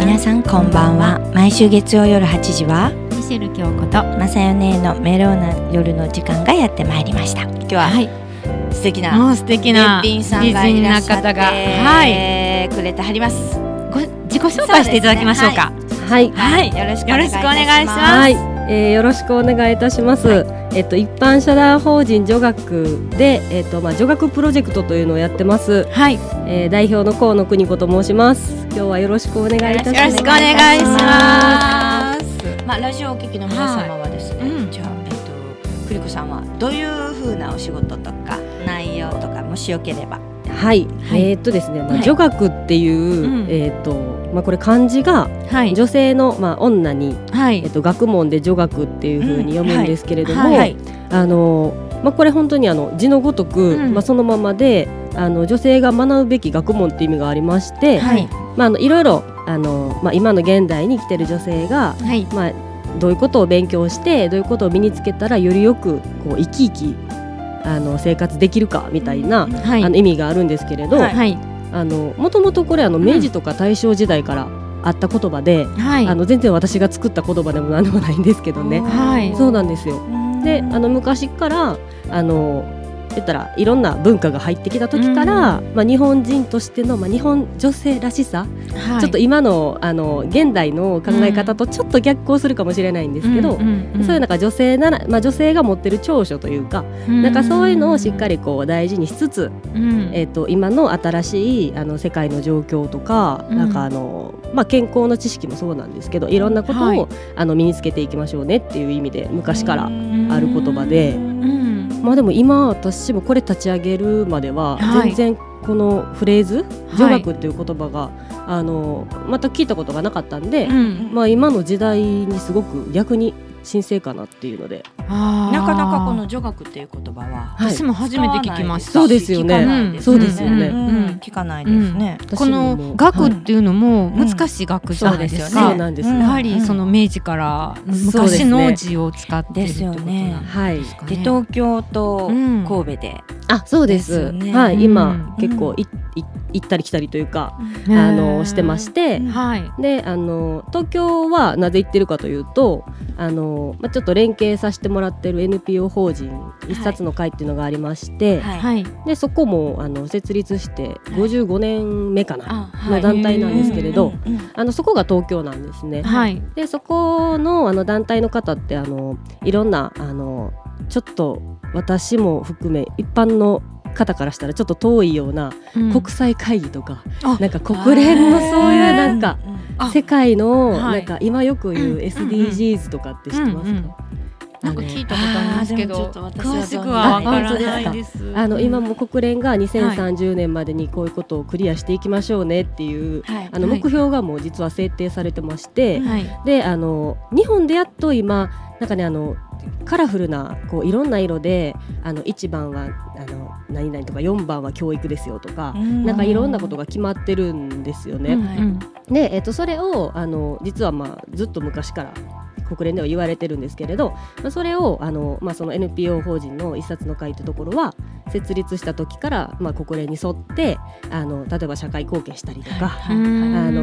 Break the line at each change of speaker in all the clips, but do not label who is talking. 皆さんこんばんは毎週月曜夜8時は
ミシェル京子とは
まさよねのメローな夜の時間がやってまいりました今日はい素敵な
もう素敵
べっ
な
ぴんさんがいらっしゃっ
美人な
て、
方がはい
くれてはります
ご自己紹介していただきましょうか
はい、
はい
よろしくお
よ
願い
ろ
い
したくお
し
願いし
ます
ま
はい
す、
えーよろしくお願いいたします。えっと一般社団法人女学でえっとまあ女学プロジェクトというのをやってます。
はい
えー代表の河野邦子と申します。今日はよろしくお願いいたし
よ
ま
よ
す。
ろしくお願いします
まあラジオをお聞きの皆様はですね、
はいうん
じゃあえっとクリコさんはどういう風なお仕事とか内容とかもしよければ
はい、
はい
えーっとですね、ま
は
あ
い
女学っていう、
うん
えーっとまあこれ漢字が
はい
女性のまあ女に
は
えっ
い
と学問で女学っていう風に読むんですけれども、
はい
あのまあ、これ本当にあの字のごとく、
うん
まあ、そのままであの女性が学ぶべき学問っていう意味がありまして、
はい
まあ、あのいろいろあの、まあ、今の現代に生きてる女性が、
はい
まあ、どういうことを勉強してどういうことを身につけたらよりよくこう生き生きあの生活できるかみたいな、
うん
はい
あの意味があるんですけれど、
はい
はい
あのもともとこれあの
ん
明治とか大正時代からあった言葉で、
はい
あの全然私が作った言葉でも何でもないんですけどね。
はい
そうなんですよであ
の
の昔からあの言ったらいろんな文化が入ってきた時から、まあ、日本人としての、まあ、日本女性らしさ、
はい
ちょっと今のあの現代の考え方とちょっと逆行するかもしれないんですけど、
うんんん
そういうなんか女性なら、まあ、女性が持ってる長所というか、
うん
なんかそういうのをしっかりこう大事にしつつ、
うん
えっと今の新しいあの世界の状況とか,、
うん
なんかあのまあ、健康の知識もそうなんですけどいろんなことを、
はい
あの身につけていきましょうねっていう意味で昔からある言葉で
うん
まあでも今私もこれ立ち上げるまでは
はい
全然このフレーズ「
い
女学」っていう言葉が、あの全く聞いたことがなかったんで、
うん
まあ今の時代にすごく逆に新生かなっていうので、
あー
なかなかこの女学っていう言葉は
はい
私も初めて聞きました
そうですよね
聞かない
うん
そうですよね
うんうん聞かないですね。
私
こ
も
の学っていうのも難しい学じゃないです
うん
か、
そうなんです、
うん
やはりその明治から
そうです
昔
ね
の字を使ってるってことなん
はい
ですか
で
ね。
東京と
うん
神戸で、
あそうで
ですよ
す
ね
は
うん
い今、結構いい行ったり来たりというか、あのしてまし。て、
はい。
であの東京はなぜ行ってるかというとあの、まあ、ちょっと連携させてもらってる NPO 法人一冊の会っていうのがありまして、
はい
はい。
でそこもあの設立して55年目かな、
あ
の団体なんですけれど、
うんうんうん
あのそこが東京なんですね。
はい。
でそこのあの団体の方ってあのいろんなあのちょっと私も含め一般の方からしたらちょっと遠いような国際会議とか、
あ
なんか国連のそういうなんか。
うん
あ
世界の
は
ないんか今よく言ううん SDGs とかって知ってますか
な
あ
んか
の
聞いたことありますけ
あーでもちょ
ど
っと、私は
詳しくはわからない
あ本
です。
あの今も国連が
はい
2030年までにこういうことをクリアしていきましょうねっていう
はい
あの
は
目
い
標がもう実は制定されてまして
はい。
であの日本でやっと今なんかねあのカラフルなこういろんな色であの1番はあの何々とか4番は教育ですよとか
う。ん
なんかいろんなことが決まってるんですよね。
うんうん
で、えっとそれをあの実は、まあ、ずっと昔から国連では言われてるんですけれど、まあ、それをあの、まあ、その NPO 法人の一冊の会というところは設立した時から、まあ、国連に沿ってあの例えば社会貢献したりとか、
はいはい
あの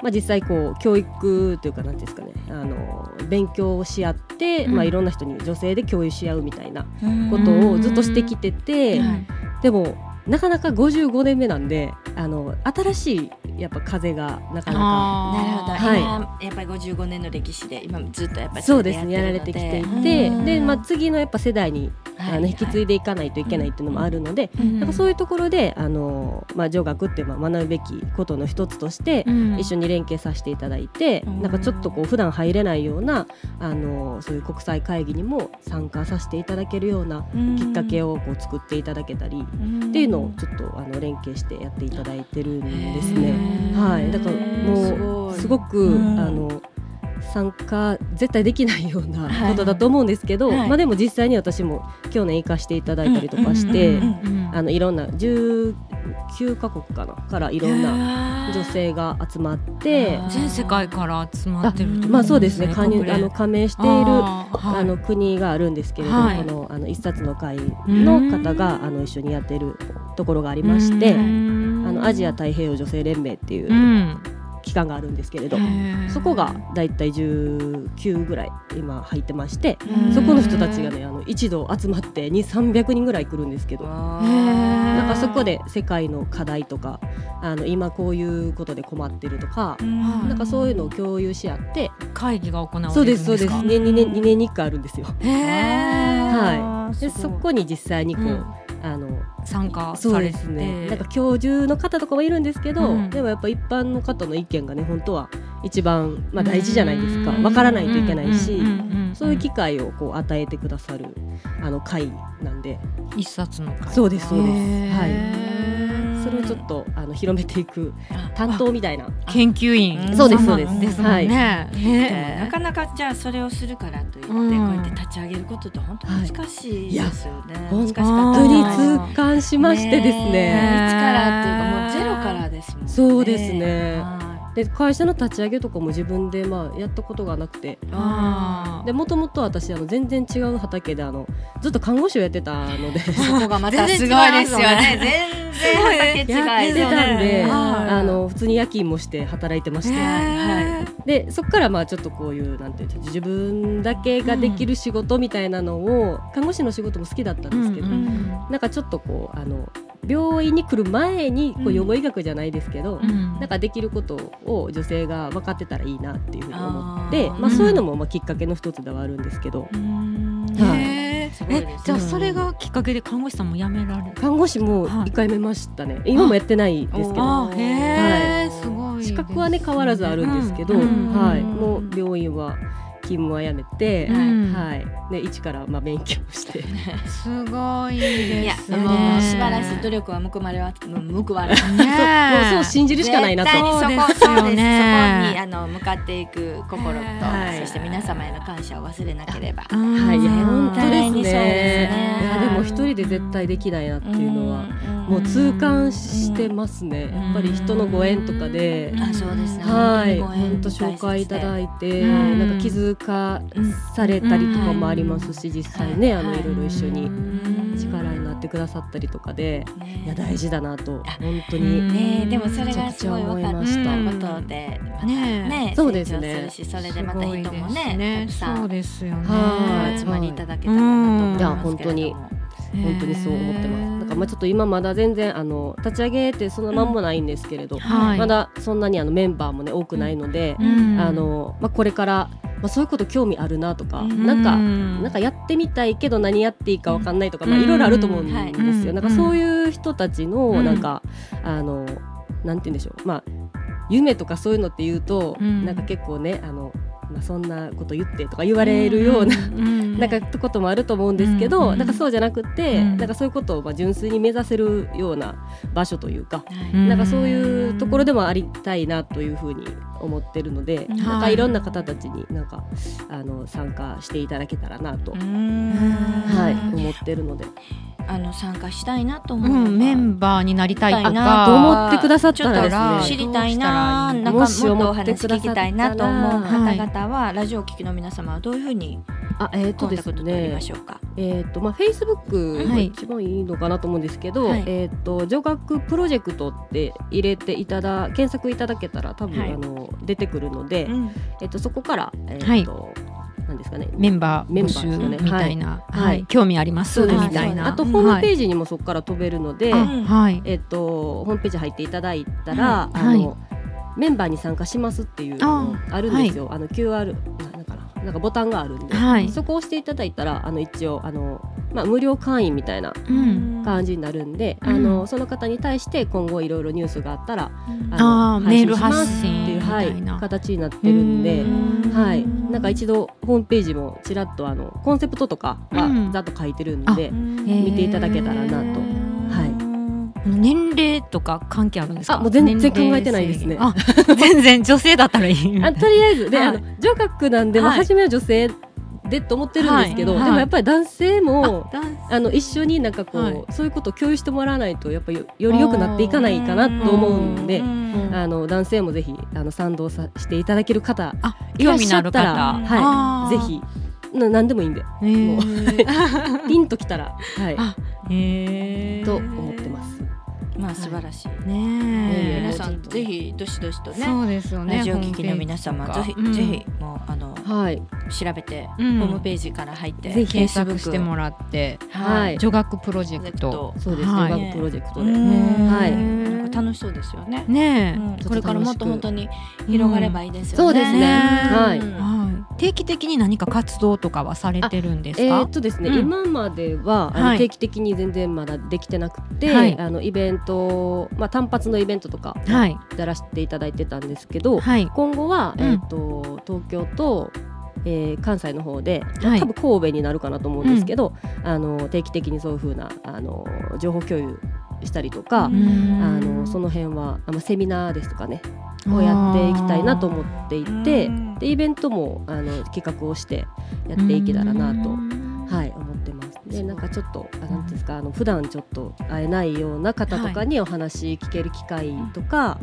まあ、実際こう教育というか何ですかねあの勉強をし合って、
うん
まあ、いろんな人に女性で共有し合うみたいな
うん
ことをずっとしてきてて、
うん
でもなかなか55年目なんであの新しいやっぱ風がな
な
かなか。
るほど、
あ
はい
今やっぱり55年の歴史で今ずっとやっぱり
そうですねやられてきていてで、まあ、次のやっぱ世代に、あの引き継い
で
でいかないといけないっていうのもあるので、
ーうん
なんかそういうところであの、まあ、女学ってまあ学ぶべきことの一つとして、
うん
一緒に連携させていただいて、
うん
なんかちょっとこう普段入れないようなあのそういう国際会議にも参加させていただけるようなきっかけ
を、
をこう作っていただけたり。
ん
っていうのをちょっとあの連携してやっていただいてるんです
へ
ね。
ー
はい、だから
す
も
ごいう
すごく、
うん
あの参加絶対できないような
はい
ことだと思うんですけど、
はい
まあでも実際に私も去年行かしていただいたりとかし
う
て、
んうんうんうん
あのいろんな19カ国かなからいろんな
な
女性が集まって、
あ
全世界から集まってるってこと
まあそうですね加入
国連
あの加盟している
あーはい
あの国があるんですけれども、
はい
このあの一冊の会の方があの一緒にやっているところがありまして、
うん
あのアジア太平洋女性連盟っていう
うん
き機関があるんですけれど、
へー
そこがだいたい19ぐらい今入ってまして、
うん
そこの人たちがねあの一度集まって2 3 0 0人ぐらい来るんですけど
ー
なんかそこで世界の課題とかあの今こういうことで困ってるとか
う、ん
なんかそういうのを共有し合って、
会議が行われるんですか
そうですそうです
ん
年2年二年に1回あるんですよ。
へー
はいでそこに実際にこう、
うん
あの
参加
そ
さ
う
れ
で
て
すねなんか教授の方とかもいるんですけど、
うん
でもやっぱ一般の方の意見がね本当は一番、まあ、大事じゃないですか
うん
わからないといけないし、
うんうんうんうん
そういう機会をこう与えてくださるあの会なんで
一冊の会
そうですそうですはい
い
それをちょっとあの広めていく担当みたいな
研究員
そうですそうです
様ですもんね
でもな
へ
かなかじゃあそれをするからといって、
うん
こうやって立ち上げることって本当に難しいですよね。
いや
難しか
あ
っ
本
た
当
と思い
に
ます
ずっ
痛感しましてですね
え一からっていうかもうゼロからですもんね。
そうですね
は
で会社の立ち上げとかも自分でまあやったことがなくて
い
あ
でもともと私あの全然違う畑であのずっと看護師をやってたので
そこがまたすごいですよね。全然畑違いで
やってたんで
はい
あの普通に夜勤もして働いてまして、
へー
はい、でそこからまあちょっとこういうなんていうんですか自分だけができる仕事みたいなのを、看護師の仕事も好きだったんですけど、
うんうん
なんかちょっとこうあの病院に来る前にこ
う
うん予防医学じゃないですけど、
うん
なんかできることを女性が分かってたらいいなっていうふうに思って
あー
まあ、そういうのもまあきっかけの一つではあるんですけど、
うん
はい
へー
すごいですね
えじゃあそれがきっかけで看護師さんも辞められる
看護師も
はい
1回目ましたね、今もやってないですけど
あは
へー
い
すごいです
資格はね変わらずあるんですけど、
うん
うん
はい、
うん
もう病院は勤務はやめて、
はい
うん
はい、で一からまあ勉強して、
すごい
い
で
や
すね
もう素晴らしい努力は報われは報われます。
ね
そうもうそう信じるしかないなと
絶対にそこ
そうです
そう
よ
です。そ
ね
こにあの向かっていく心と、
はい
そして皆様への感謝を忘れなければ。
はい、いや本当です
本当にそうです
ね
ね
いやでも一人で絶対できないなっていうのは、もう痛感してますね、やっぱり人のご縁とかで、
あそうですね。
はい、
本当にご
本
縁
当紹介いただ
い
いて、
うん
なんか気づかされたりとかもありますし、実際ね、
はい
あのいろいろ一緒に
ん
力になってくださったりとかで、
て、
い
ね
や大事だなと
あ
本当
う
に、
ん
ねでもそれがすごい分かったことで、またね
ね
成
そうです
長
ね
するし、それでまた人も
すごい
ね、た
で
く
す
さ
そうんですよね
はい
集まりいただけたらなと思いますけれども。
うんいや本本当にそう思ってます。なんかまあちょっと今まだ全然あの立ち上げてそのまんもないんですけれど、
はい
まだそんなにあのメンバーもね多くないので、
うん
あのまあこれからまあそういうこと興味あるなとか、
うん
なんか
な
なんかやってみたいけど何やっていいかわかんないとか、
うん
まあ、いろいろあると思うん
はい
ですよ。
うん
なんかそういう人たちの
うん
なんか、あのなんて言うんでしょう、まあ、夢とかそういうのって言うと、
うん
なんか結構ねあの、まあ、そんなこと言ってとか言われるような。なんかこともあると思うんですけど、
うん
なんかそうじゃなくて、
うん
なんかそういうことをまあ純粋に目指せるような場所というか、
はい
なんかそういうところでもありたいなというふうに思ってるので、
うん
なん
は
か
い
いろんな方たちになんかあの参加していただけたらなと、
は
はい、思ってるので、
あの参加したいなと思
う
う、
んメンバーになりたいと
あ
か
と思ってくださっ
ちょ
た
っ
ら
と
です
知
ね
りたいな
どうしたらいい
なんかもっとお
もし思って
話
くだ
聞き
さったら
たいなと思う方
はい
々は、ラジオを聴きの皆様はどういうふうに
あえー、
コ
と
ン
で
タ
す
クト取り
ね
ましょうか。
えーとまあ、Facebook が
はい
一番いいのかなと思うんですけど、
はい
えー、と女学プロジェクトって入れていただ検索いただけたら多分、
はい
あの出てくるので、
うん
えー、とそこから、えーとなんですかね
メンバー
メン
募
バー
集
ですよね
みたいな、
はい
はい
はい
興味あります
そう
み
ですね
たいな
あとホームペ
ジ、
ージにもそこから飛べるので、
はいあはい
えー、とホームページ入っていただいた
は
ら、
い
あの
は
メンバーに参加しますっていうのもあるんですよ。あの QR ななんかななんかボタンがあるんで、
はい
そこを押していただいたらあの一応あの、まあ、無料会員みたいな
うん、
感じになるんで、
うん
あのその方に対して今後いろいろニュースがあったら
うん
あの
あー
配信
メール発信
しますっていう、は
みたい
い、
な
形になってるんで。
うん
はい、なんか一度ホームページもちらっとあのコンセプトとか
う
は
ん
ざっと書いてるんで、
うん
えー
見ていただけたらなと、はい
あの年齢とか関係あるんですか
あもう全然考えてないです
年
ね
齢制限あ 全然女性だったらいい
あとりあえずで、
はい
あの女学なんで、まあ
はい
初めは女性でと思ってるんですけど、
はいはい
でもやっぱり男性も
ダン
あの一緒になんかこう、
はい
そういうことを共有してもらわないとやっぱりよより良くなっていかないかなと思うんで
う。ん
あの男性もぜひあの賛同さしていただける方
あ興味のあ
っしゃ
る方
いら
ったら
あー
ぜひな何でもいいんで
へー
ピンときたらはい
あへー
と思ってます。
もうまあ素晴らしい、
ねえ
皆さんぜひどしどしとね
そうですよね
ラジオ聞きの皆様ぜひ、ぜひもうあの
はい、
調べて、
うん
ホームページから入って
ぜひ
検索しても
ら
らって
は
はいい
女学プロジェクト
そうですね、
はい
ワークプロジェクト
う
で。
ん
はい
なんか楽しそうですよね、う
ね
ん
ちょっと
これからもっともっとに広がればいいですよね、
そうですねはい
え、はい、定期的に何か活動とかはされてるんです
え
か、
ーっとですね、
うん
今まではあの
はい
定期的に全然まだできてなくて、
はい
あのイベント、まあ、単発のイベントとか
はい
やらせていただいてたんですけど、
はい
今後は、
うん
えーっと東京と、えー関西の方で
はい
多分神戸になるかなと思うんですけど、あの定期的にそういうふうなあの情報共有したりとか、
うん
あのその辺はあのセミナーですとかねをやっていきたいなと思っていて
うん
でイベントもあの企画をしてやっていけたらなと
と
はい、思ってます。
そ
で、
う
なんかちょっと、あ、なんていうんですか、あの、普段ちょっと会えないような方とかにお話聞ける機会とか。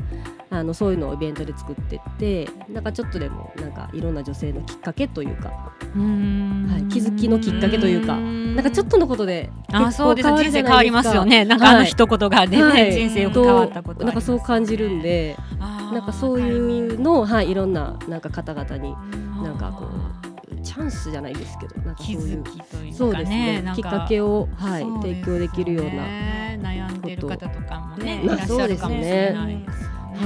あの、そういうのをイベントで作ってって、なんかちょっとでも、なんかいろんな女性のきっかけというか。はい気づきのきっかけというかなんかちょっとのことで、
あ
結
そう
構
です人生
変
変わ
わる
り
じ
ま
ゃないですすか
よねなんかあの
はい
一言がね、
はい
人生よく変わったこと
なんかそう感じるんで、なんかそういうのを、はい、いろんな、なんか方々に。
な
なんかこチャンスじゃないですけど、なんかそう
気
い
づ
う。
きというかね
そうですね
な。ん
きっかけを、はい、
そう
提
す
供できるような。
ね悩んでる方とかもねい
ま
ら
あ
っしゃるかもしれないですよ
そうです
ね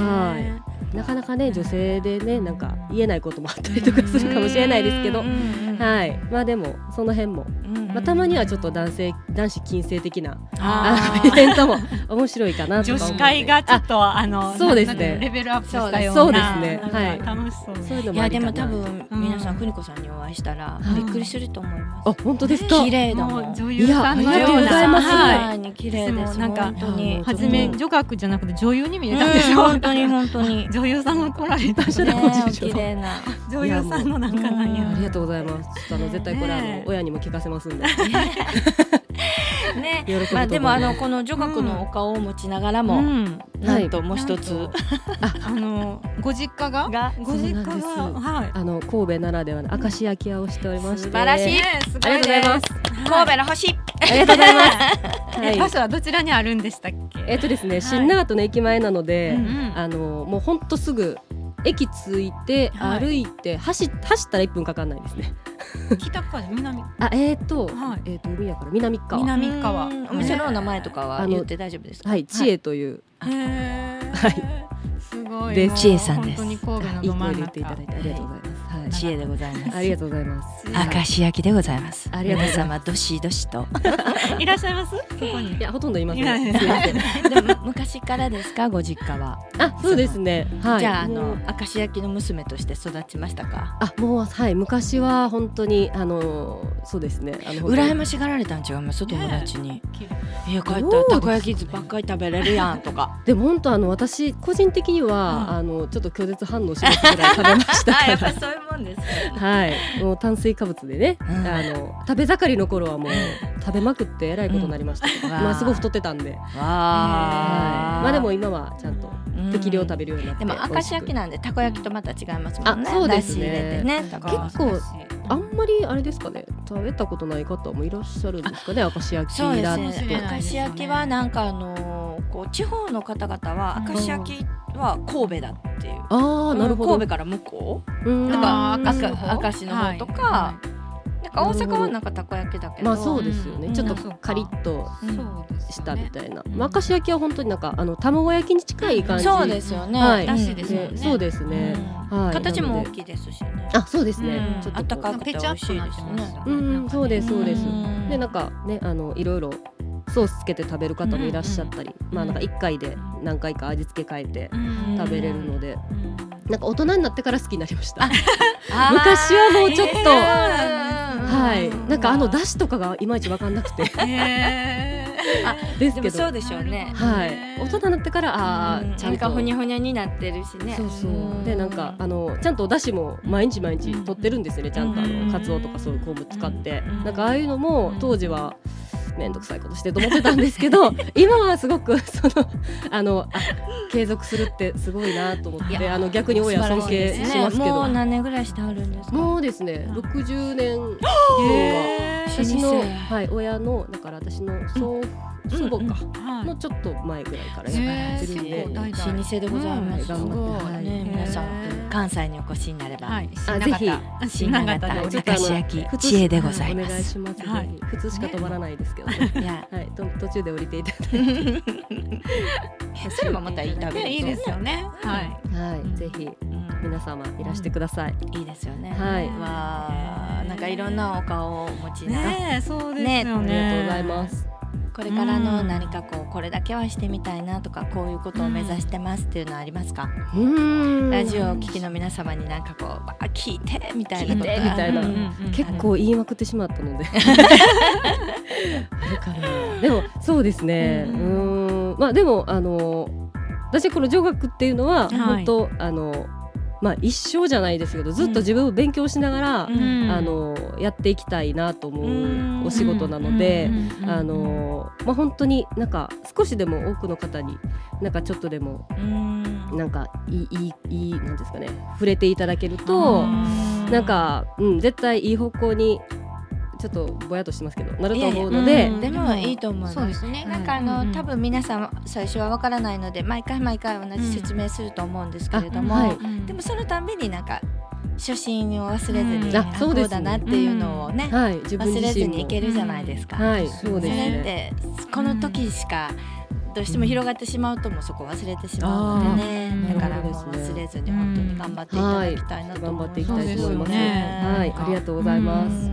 ねなかなかね女性でねなんか言えないこともあったりとかするかもしれないですけど
うん、うん
はい、まあでもその辺も、
うん
まあ、たまにはちょっと男性男子禁制的な
あ
あ
ー
のイベントも面白いかなと
女
か思って
子会がちょっとあの
そうですね
なんかレベルアップしたような
そうですね
なん
はい
か楽しそう
そういうの
い
もあ
や
り
でも
かな
多分
うん
皆さん邦子さんにお会いしたら
はい
びっくりすると思います
あ。本当ですか
綺麗だも。
もうん女優さんの
いや
よう
ありがとうございま
な
す
は
はいい。綺麗
い
で
つも
す。
なんか
本当に。
は
初め
うん
女学じゃなくて女優に見えたんです
うん
よ
本当に本当に。
女優さんの来られた
私らも
ね
自
お
称
綺麗な。
女優さんのなんかなん
い
や
や
あ
も
りがとうございますちょっとあの絶対これあ
ね
の
え
親にも聞かせま すんで
ね
喜ぶと思います
まあでもあのこの女学のお顔を持ちながら
う
も
ん
なんともう一
な
つ
んとあのご実家が
が
ご実家が
そうなんです
はい
あの神戸ならではの明石焼き屋をしておりまして
素晴らしい
ねす
ありがとうございます
神戸の星。
ありがとうございます
え
は
場
い
所はどちらにあるんでしたっけ
えっとですね新長門の駅前なので、
うん
あのもうほんとすぐ駅着いて
はい
歩いて、走走ったら1分かかんないですね
うん北川南
あえっ、ー、と、
はい
えっ、と海やから南川
南神川
うんお店のお名前とかは言って大丈夫ですか。
はい知恵という、
へー
はい
すごい
で
もう
知恵さんです
本当に神戸
あ
の
いい
ど真
声
ん
で言
中
っていただいてありがとうございます、はい
知恵でございます。
ありがとうございます
明石焼きでございます。
ありがとう
皆
ござい
様どしどし と。
いらっしゃいますそこに
いやほとんどいません
いやいや
すいません
でも昔からですかご実家は。
あそうですねはい
じゃああ
も
の
う
明石焼きの娘として育ちましたか。
あもうはい昔は本当にあのそうですねあの
羨ま
し
しがられたん違います友達に。家帰った
ど
ら
う
たこ焼きばっかり食べれるやんとか。
でも本当あの私個人的には、あのちょっと拒絶反応しますぐらい食べました
あや
から
っぱりそういうもんですね。
はい、もう炭水化物でね、
うん
あの食べ盛りの頃はもう食べまくってえらいことになりましたけど、
うん
まあすごい太ってたんで、はい、
わあ。
まあでも今はちゃんと適量食べるようになって、
でも明石焼き
な
なんでたこ焼きとまた違いますもんね。
あそうです
出汁
ね
入れてね。だから
結構あんまりあれですかね食べたことない方もいらっしゃるんですかね明石焼き
そうで
だ
す
と、
ね。明石焼きはなんかあのーこう地方の方々は
うん
明石焼きは神戸だっていう。
ああなるほ
神
ど
戸から向こう。
うん
なんか
あー
明石
の方
明石の方とか
は
なんか大阪はなんかたこ焼きだけど。
まあそうですよね、
うん
ちょっ
そう
と
か
カリッと
いそうですよね
したみたいな、
うん
まあ明石焼きは本当になんかあの卵焼きに近い感じ
そうですよね。
はい
だしですもんね
そうですね、
うん
はい
形も
なの
大
で
きいですしね。
あそうですね、
うん
ちょっ
あっ
と
た
こう
かくて美味しいですね。
うん、そうですそうです
うん。
でなんかねあのいろいろソースつけて食べる方もいらっしゃったり、まあなんか一回で何回か味付け変えて
うん
食べれるので、なんか大人になってから好きになりました。
あー
昔はもうちょっと
いいなー
はい。
うん
なんかあの出汁とかがいまいちわかんなく てです
で
け
もそ
ど
う、でしょうね。
はい。大人になってからああ
うん
ち
な
ゃ
ん
ん
か
と
ふにゃふにゃになってるしね。
そうそ
うん
う。でなんかあのちゃんとお出汁も毎日毎日取ってるんですよね。ちゃんとあ
うん
のカツオとかそういう昆布使って
うん、
なんかああいうのも当時は面倒くさいことしてと思ってたんです けど今はすごくそのあのあ継続するってすごいなと思っ
い
て
や
あの逆に親
素晴ら
尊
しい
敬
で
し
す
ま
ね
すけど
もう何年ぐらいしてはるんですか
もうですね60年
へ
ー
私の、
老舗
はい、親のだから私の祖,、祖母か
はい
のちょっと前ぐらいから
へー
やってるんで、
結構大
老舗でございます、
うん
はいね皆さん
ん
関西にお越しになれば、
はい、
あ
新
ぜ
潟
新潟で
新潟
お
で
茶菓
お菓
子
子
焼き
普通
知恵でございま
お願い
す。
します、
はい
ぜひ普通しか止まらないですけど、ね、
いや、
はい、と途中で降りていただい
それもまたいい旅
ねいいですよね。はい。
て、はい
うん
ぜひ
う
皆様いらしてください、
んいいですよね。
はい
わあ、なんかいろんなお顔をお持ちな、
ねえ、そうですよね。
ありがとうございます、
これからの何かこうこれだけはしてみたいなとかこういうことを目指してますっていうのはありますか？
うん
ラジオをお聞きの皆様になんかこうわあ聞いてみたいなこと
聞いてみたいな
うん
結構言いまくってしまったので あるかなでもそうですねう
うん
まあでもあの私この女学っていうのは、
はい
本当あのまあ一生じゃないですけどずっと自分を勉強しながら、
うん
あのやっていきたいなと思
う
うんお仕事なの
う
で、
んうんうん
あのまあ、本当になんか少しでも多くの方になんかちょっとでも
うん
なんかいいいいいいなんですかね触れていただける
う
と
ん
なんか、うん、絶対いい方向にちょっとぼやっとしてますけどなると思う
い
の
や
で
いやでもいいと思います
そうですね。
なんかあ
う
の、
んうん
多分皆さん最初はわからないので毎回毎回同じ説明すると思うんですけれども、
あはい
でもそのたんびになんか初心を忘れずに、
うん
あ
あそうですね
こうだなっていうのをね、
はい、自分
忘れ
自
ず
身
にい
も
けるじゃないですか。
はいそうです
それっ
ね
てこの時しかどうしても広がってしまうともうそこ忘れてしまうのでね、
あー
だからもう
なるほどです
忘
ね
れずに本当に頑張っていただきたいなと
頑
思
張
い
っ
ま
てい
す。
きたいと思
そ
い
う
ま
ですすよね
はい、
なんか
ありがとうございま
う
す、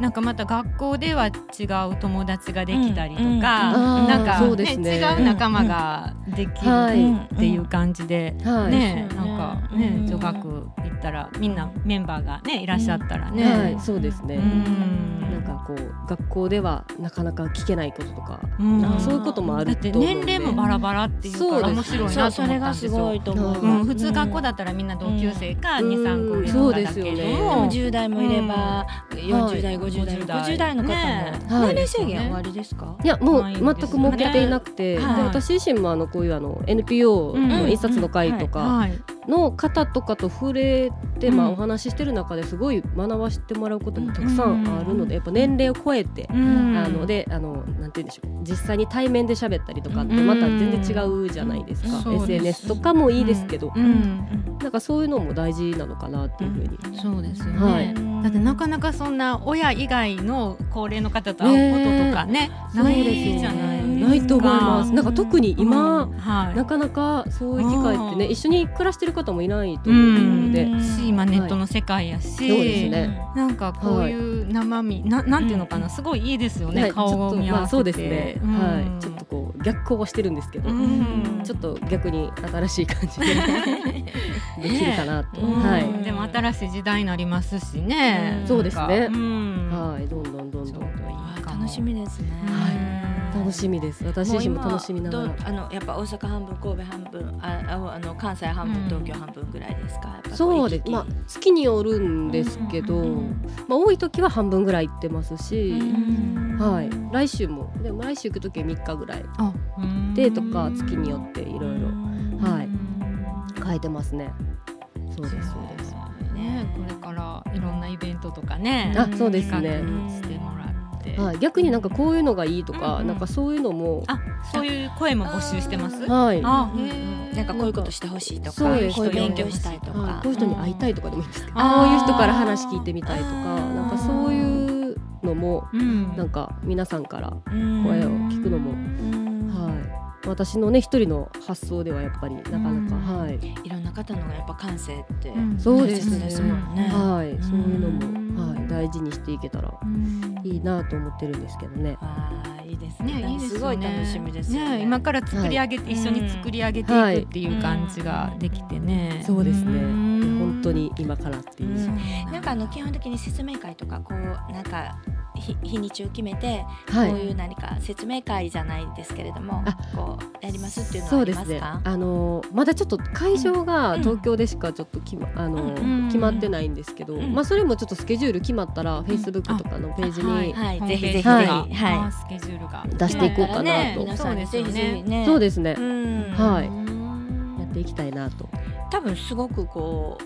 なんかまた学校では違う友達ができたりとか、
うんうん
あー
なんか、
そうで
ね
すね
違う仲間ができる
はい
っていう感じで、
はい、
ね、
そうですよね
なんかね
うん
女学行ったらみんなメンバーがねいらっしゃったらね、
はい、そうですね、
うん
なんかこう学校ではなかなか聞けないこととか、
うん
あー
そういうことも
だ
ある
っ
と
て
思うんで
年齢もバラバラっていう
そ
か
う
ら
です
面白い
そ
な
う
と
そ
思
れ
った
が
んです
す
よ。
ごいと思い
うん
ます。
普通学校だったらみんな同級生か
うん
二三個上
そ
の
う
方
で
だ
す
け
よね
ど、
で
でも10代もいれば40代、
はい
50代、
50代
50代の方も、
ねえ
は
年
い
齢制限は終わりですか、
いやもう
ないん
全
です
く
よね
設けていなくて、
はい
で私自身もあのこういうあの NPO の印刷の会とか
はい、
の方とかと触れて、まあ、
うん
お話ししてる中ですごい学ばしてもらうこともたくさんあるので、やっぱ年齢を超えて、
うん
あのであのなんて言うんでしょう実際に対面で喋ったりとかってまた全然違うじゃないですか、
うんそうです
SNS とかもいいですけど、
うんうん
なんかそういうのも大事なのかなっていうふうに、
そうですよね、
はい
だってなかなかそんな親以外の高齢の方と会うこととかねないじゃないですか
ないと思います。なんか特に今、
うん
はい
なかなかそういう機会ってね
うん
一緒に暮らしてる方もいないと思うので、
うん
し今ネットの世界やし、
そうですね
なんかこういう生身、ななんていうのかなすごいいいですよね、
はい
顔を見合わ
ちょっとまあそう
せ
です
て、、
ねはいちょっとこう逆行はしてるんですけど、
うん
ちょっと逆に新しい感じでできるかなと、
うん
はい、
い
でも新しい時代になりますしね、
うん
そうですね
うん
はいどんどんどん
ちょ
ど
うどい
ん
いかも
楽しみですね、
は
楽しみです私
もう
自身も
今
楽しみなが
どうあのやっぱ大阪半分神戸半分あああの関西半分、
うん
東京半分ぐらいですかやっぱこ
らそうです
行き来
まあ月によるんですけど、
うん
まあ、多い時は半分ぐらい行ってますし、
うん
はい来週もでも来週行く時は3日ぐらい
あ
でとか月によっていろいろ
うん
はい
い
変えてますねそうですそうです
ねこれからいろんなイベントとかね
あそうですね
企画してもらって、
はい、逆になんかこういうのがいいとか、
うんうん
なんかそういうのも、
あそういう声も募集してます
はい、は
あへー
なんかこういうことしてほしいと
そう
か
です
こういう勉強したいとか、
い、こういう人に会いたいとかでもいいんですけど、
うん
こういう人から話聞いてみたいとか、
あー
なんかそういうのも、
うん
なんか皆さんから、
うん
声を聞くのも
うん
はい、私のね一人の発想ではやっぱりなかなか、
うん
はい、
いろんな方のがやっぱ感性って、
そう
ですね
そうもんね
はい、そういうの
う
も、
ん
はい、大事にしていけたらいいなと思ってるんですけどね。
ああいいですね
ねいいです
す
よね
ごい楽しみですよね
ね今から作り上げて、一緒に作り上げていくっていう感じができてね、
そうですね、いや
ん
本当に今からっていうう。
んなんかあの基本的に説明会とかこうなんか日日にちを決めて、
はい
こういう何か説明会じゃないですけれども
あ
こうやりますっていうの
そ
はあ
う
り
で
ますす
ね。
か
あのまだちょっと会場が
うん
東京でしかちょっときま、あの、
うん
決まってないんですけど、
うん
まあそれもちょっとスケジュール決まったら、Facebook とかのページに、
はい
はい
ホーム
ぜひぜひ
ページ
ぜひ
とか
はい
あスケジュールが
出していこうかなと
ね
そう
皆さんに
です
ぜ
よ
ひぜひ
ね。
ね
そうですね、
うん
はい
うん
やっていきたいなと。
多分すごくこう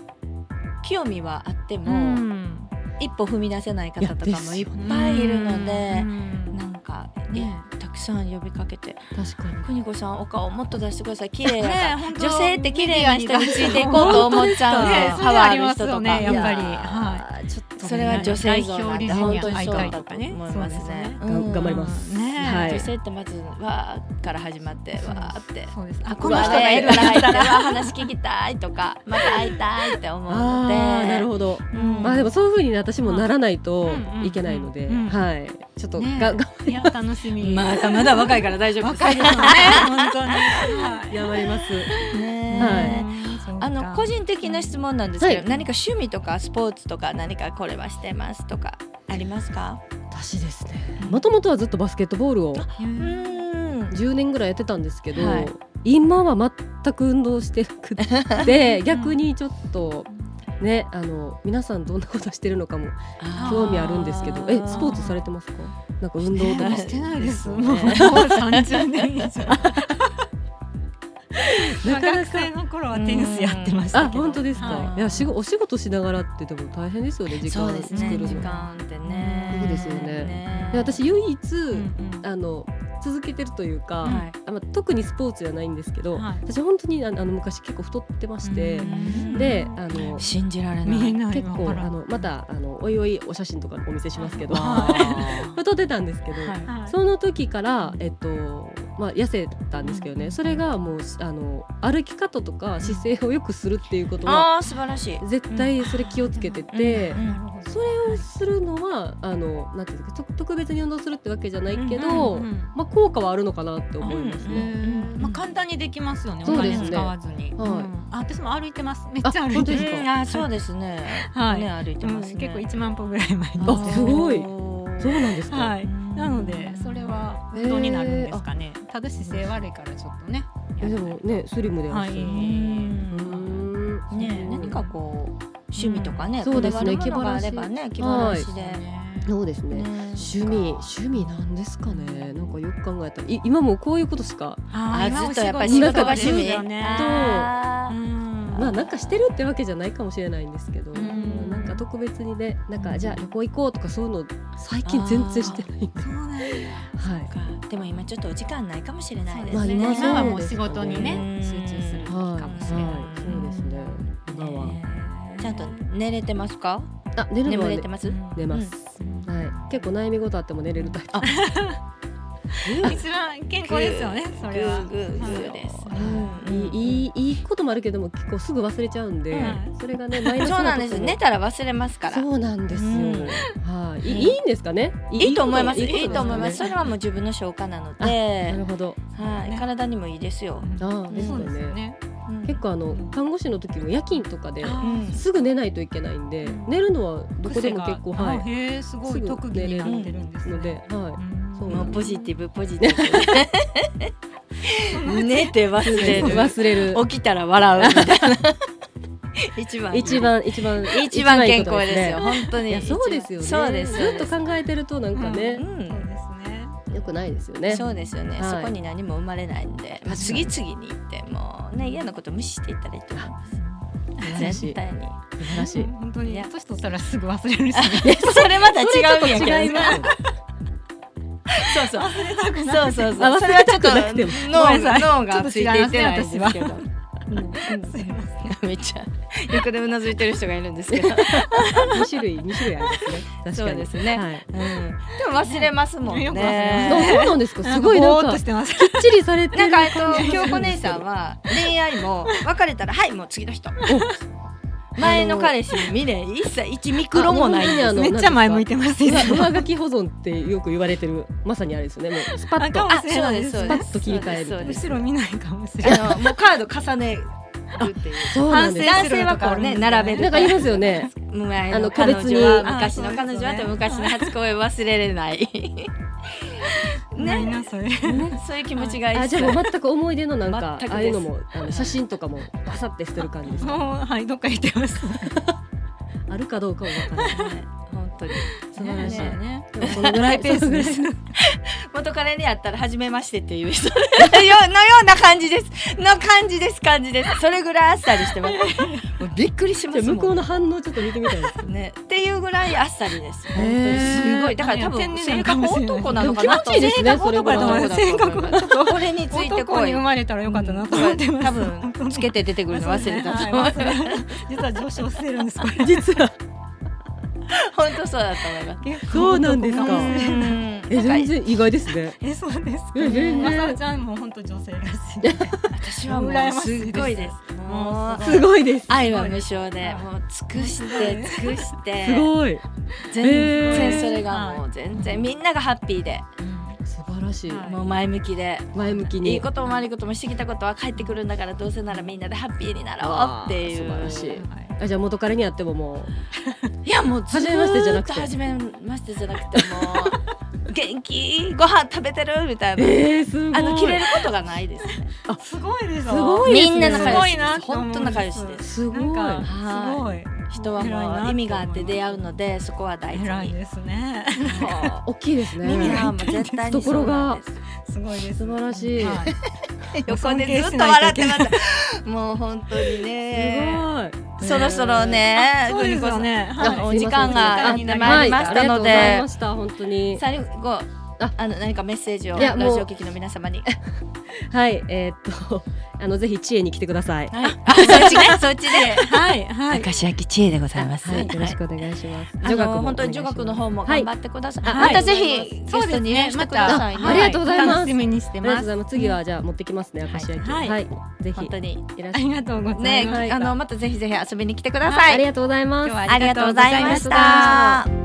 興味はあって
う
も、
ん
一歩踏み出せない方と
い
か
やで
も
す
いっ
よ
ぱいいるので
う、ん
なんか、ね
ね、
たくさん呼びかけて
確か
「邦
に
子さんお顔もっと出してください綺麗や から
ね本当
女性って綺麗な人についていこう
メディアに
と思っちゃうの
ね
よ
それ
パワ
は
ー
あ
あ
り
る
ま
人と
すよ
か
ねやっぱり
いーちょっとそれは女性像なんで本当にそうだと思いますね、
代表理事に会いたいとかね
うん
頑張ります
ね
はい
女性ってまず「わ」から始まって「わ」って。
そうです。あ
あ
こ
こ
の
の
人
人
が
が
い
い
る
る
か
からら会い
会いた
た
い
い話聞きたいとか また会いたいって思うの
あ
で
ーなるほど。
うん
まあでもそういう風に私もならないと
うん
いけないので、
うんうん
はい。ちょっと
ね
が、が
いや楽しみ。
まだまだ若いから大丈夫
若いですよね。本当に。はい
頑張ります。
ね
はい
そうか
あの個人的な質問なんですけど、
はい
何か趣味とかスポーツとか何かこれはしてますとかありますか？
私ですね。もともとはずっとバスケットボールを
うーん。
10年ぐらいやってたんですけど、
はい
今は全く運動してな くって逆にちょっと。ね、あの皆さんどんなことしてるのかも興味あるんですけどえスポーツされてますかなんか運動と
運動
か
ね
してないです。
ね
もう三十年以 上。まあ学生の頃はテニスやってました
あ
けど。
本当ですか、、
はい
や仕事お仕事しながらってでも大変ですよね時間
そ
を
う
作
で
る
すね。
の、
時間ってね。
いいですよね
ね
で私唯一、
うんうん
あの続けてるというか、
はい
あまあ特にスポーツじゃないんですけど、
はい
私本当にあのあの昔結構太ってまして、
うん
であの
信じられな
見え
い。
ない
結構
わからん
あのまたあのおいおいお写真とかお見せしますけど
は
太ってたんですけど、
い。
はい
その時から、えっとまあ、痩せたんですけどね、それがもうあの歩き方とか姿勢をよくするっていうことは、
ああ素晴らしい。
絶対それ気をつけてて。
うん
なるほど
それをするのはあのなんていうんですかと特別に運動するってわけじゃないけど、
うんうんうん
まあ、効果はあるのかなって思いますね。
うん
まあ簡単にできますよね。
そう
お
です
ね
金使わずに。
はい
うんあ私も歩いてます。めっちゃ歩
あ
いて
本当
る
で。すか
うんあーそうですね。
はい
ね歩いて
うん
ます
結
ね。
構一万歩ぐらい前に。
あすごいそう
う。
なんですか、
はい。なのでそれは運動になるんですかね。ただ姿勢悪いからちょっとね。
えでもねスリムでは
は
あ
い。
る
う
しうー
ん
ん
ね何かこう趣味とかね、
うんそうですね
こだわるものがあればね
気
気
晴
晴
ら
ら
し
しで、
そうですね趣味趣味なんですかねなんかよく考えたらい今もうこういうことしか
あ
あ
ー今
ず
お
っと
仕事
やっぱり仕事が
です
趣味
よね。
あー
まあなんかしてるってわけじゃないかもしれないんですけど
ん
なんか特別にねなんかじゃあ旅行行こうとかそういうの最近全然してないんで
そうなんです
はい
かでも今ちょっとお時間ないかもしれないです
まあ
ね。
今そう
今はもう仕事にね
です
集
よね
中する時か
はい
もしれない。
はいそうですね今は
ねちゃんと寝れてますか？
あ寝るのは
眠れ
ね
てます？
寝ますはい結構悩み事あっても寝れるタイプ
あ
一番健康ですよね。それは。
グーグーグーです。
いいいいいいこともあるけども結構すぐ忘れちゃうんで
うん
それがねマイナス
そうな
なんこ
です。
とも
寝たら忘れますから。
そうなんですよ。
うん
はい、
うん
いいいんですかね。
いいと思います。
こ
いいと思います。そ
こ
れはもう自分の消化なの
あ
で
ねな、るほど。
は
ね
い、体にもいいですよ。
ああ、です
そ
よ
うですよ
ね。
ね。
うん
結構あの看護師の時も夜勤とかで
あ
うん
すぐ寝ないといけないんで、
うん
寝るのはどこでも結構
癖が
は
あ
い
へえすご
す
い
ぐ
特技になってるんですね
ので、はそう
もうポジティ
ブ
ブポジティ ブ。寝て忘
い。
れる。
忘れる。
起きたら笑うみたいな。 一番
一番一番
一番
い
健
いこと
康ですよ。
ね。
本当
い
に。
やそうですよね。
そうです。
ずっと考えてるとなんか
う。
ね、
そうんですね
良くないですよね。
そうですよね、
はい
そこに何も生まれないんで、まあ、次々に行ってもうね嫌なこと無視していったらいいと思いま
素晴ら
す
しい
絶。対に
素晴らしい。
本当に
いや
年取ったらすぐ忘れるしね
それまた違うんや
そ
け
れちょっと違い
ど
ま
ね
す。
そうそう忘れたくなそうそうそう
あ忘
それ
れ
はちょ
た
っ
く
と
なくても
脳
ごめんなさい
が脳がついていってないん
ちょっと
でけ
違いますす
ど
ね
うんうん
すいません
めっちゃ横でうなずいてる人がいるんです けど、
二種類二種類ありますね。確かに。
そうですね
はい。
うん、でも忘れますもんね
よく忘
あ
れ
そ
ま
うなんですか。すごいな
ぼー
ん
っ
か
としてます
きっちりされて
な
る
んかえっと京子姉さんは恋愛も別れたらはいもう次の人前の彼氏に未練一切一ミクロもないんで
あ
す
の
めっちゃ前向いてます
上上書き保存ってよく言われてるまさにあれですよねもうスパッ
あか
と
もしれないです
あそうですそうです
スパッと切り替える
そうです
後ろ見ないかもしれない
あのもうカード重ねくっていう。
そうなんです
男性はこうね並べ
な
る
んか言いますよね
前
あの
の彼
個別に
女は昔
あ
の
ー
彼女はと
そうで
昔
すね
の初恋を忘れれない。
な い
ね、
なそれ。
そういう気持ちが
あ
一
じゃ
緒。
あもう全く思い出のなんか
全くです
ああいうのもあの写真とかもバサって捨てる感じですか
もうはいどっか行ってます。
あるかどうかもわからない
ね本当に
素晴らしい、
ね
ね。
でもそのぐらい
ペースです。
元彼に会ったら初めましてっていう人 よのような感じですの感じです感じですそれぐらいあっさりしてますもうびっくりしま
じゃ
す
あ
もん
向こうの反応ちょっと見てみたいですけど
ねっていうぐらいあっさりです本当
へ
に
ー
すごいだから多
天
分
然な
性
のか
格
もしれない
男なのかなと
でも気持ちいいですね
性格男だと思う
性格男
ちょっとこれについてこ
男
い
に生まれたらよかったなと思ってます。
多分つけて出てくるの忘れたと思う
はい忘れた実は上昇してるんですこれ。
実は
本当そうだと思います
そうなんですか
男
う
もね
ん
え
なん
全
か
然意外ですね
えそうですか。
え全
まさ
然
おちゃんも本当女性らしい。
私はもうすっごいですもう
すごいです
愛は無償でもう尽くして尽くして
すごい
全然それがもう全然みんながハッピーで
素晴らしい
はい
もう前向きで
前向きに
いいことも悪いこともしてきたことは帰ってくるんだからどうせならみんなでハッピーになろう
あー
っていう
素晴らしい
はい
あじゃあ元彼に会ってもも
いやもうずーっと
初めましてじゃなくて
初めましてじゃなくてもう元気ご飯食べてるみたいうな、
えー、すごい
あの切れることがないですね
すごいでしょ。
すごいです
み
ね
んな仲良しです
すごいなって思う
本当仲良しです
すごい
なんかすご。
はい人はもう意味があって出会うのでそこは大事
偉い
に
ですね。
も
大きいです
う耳
ね
がもう絶対にそうなんです
すごいです。
素晴らしい
は
横でずっと笑ってましたもう本当にね
すご
そ
い
ろそろね
い。そうです
邦
よ
子
ね。
さん
はい
お
い
時間がやってまいりました
はいありがとう
の
ござい
で
ました本当に
最後
あ
あの何かメッセージを
いや
ラ
もう
ジオ聴きの皆様 に
はいえーっと あのぜひ知恵に来てください
はい、そっちね、そっちで。
はいはい。
明石焼き知恵でございます。
はいよろしくお願いします
あの本当に女学の方も頑張
っ
ってください。
はい
またぜひゲ
そう
ス
で
ト
す
にいら
ね
し。
ま
てくだ
た
さいね。
ありがとうございます
楽しみにして
ありがとう
ます。
ございます次はじゃあ持ってきますね
い
明石焼き
はい
はいぜひ
本当に
いらっ
あ
しゃい
りがとうございます。
ね、
はい
あのまたぜひぜひ遊びに来てくだ
あ
さ
り
い。
がとうございます
今日は
ありがとうございました。